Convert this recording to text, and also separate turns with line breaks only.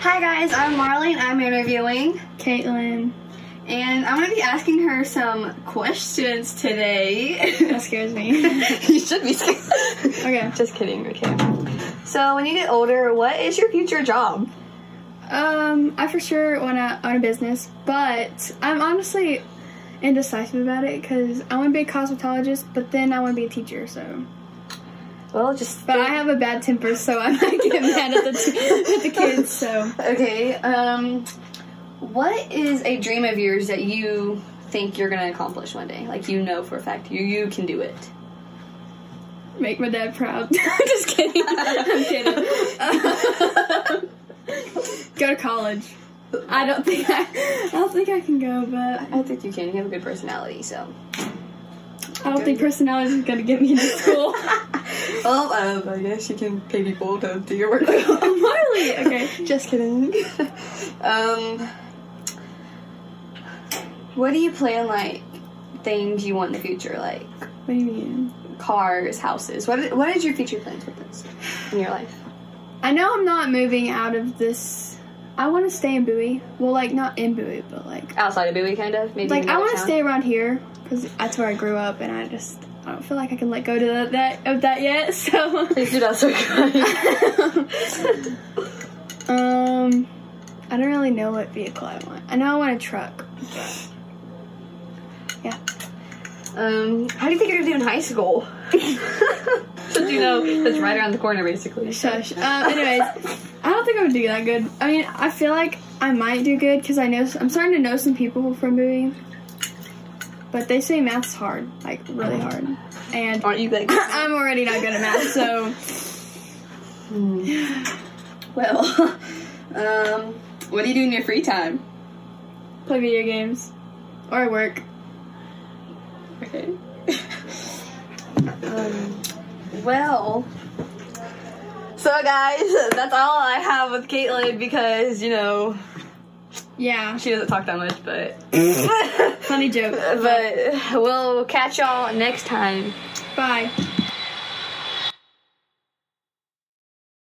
Hi guys, I'm Marlene. I'm interviewing,
Caitlin,
and I'm gonna be asking her some questions today.
that scares me.
you should be scared.
okay.
Just kidding, okay. So when you get older, what is your future job?
Um, I for sure want to own a business, but I'm honestly indecisive about it because I want to be a cosmetologist, but then I want to be a teacher. So,
Well, just
but I have a bad temper, so I might get mad at the t- at the kids. So,
Okay. Um, what is a dream of yours that you think you're gonna accomplish one day? Like you know for a fact you you can do it.
make my dad proud. Just kidding. I'm kidding. go to college. I don't think I, I don't think I can go, but
I think you can. You have a good personality, so.
I don't think personality is gonna get me into school.
Well, um, I guess you can pay people to do your work.
Marley, okay.
just kidding.
um, what do you plan like things you want in the future, like
What do you mean?
cars, houses? What i- what is your future plans with this in your life?
I know I'm not moving out of this. I want to stay in Bowie. Well, like not in Bowie, but like
Outside of Bowie, kind of maybe.
like I
another
want to
town?
stay around here because that's where I grew up, and I just I don't feel like I can let go to that, that of that yet. So,
Please do not
um, I don't really know what vehicle I want. I know I want a truck.
Um, how do you think you're gonna do in high school? Since you know that's right around the corner, basically.
Shush. Um, anyways, I don't think I would do that good. I mean, I feel like I might do good because I know I'm starting to know some people from Bowie, but they say math's hard, like really hard, and
Aren't you like?
I'm already not good at math, so
Well, um, what do you do in your free time?
play video games or I work.
Okay. um, well,
So guys, that's all I have with Caitlin because you know
Yeah,
she doesn't talk that much, but
funny joke.
but we'll catch y'all next time.
Bye.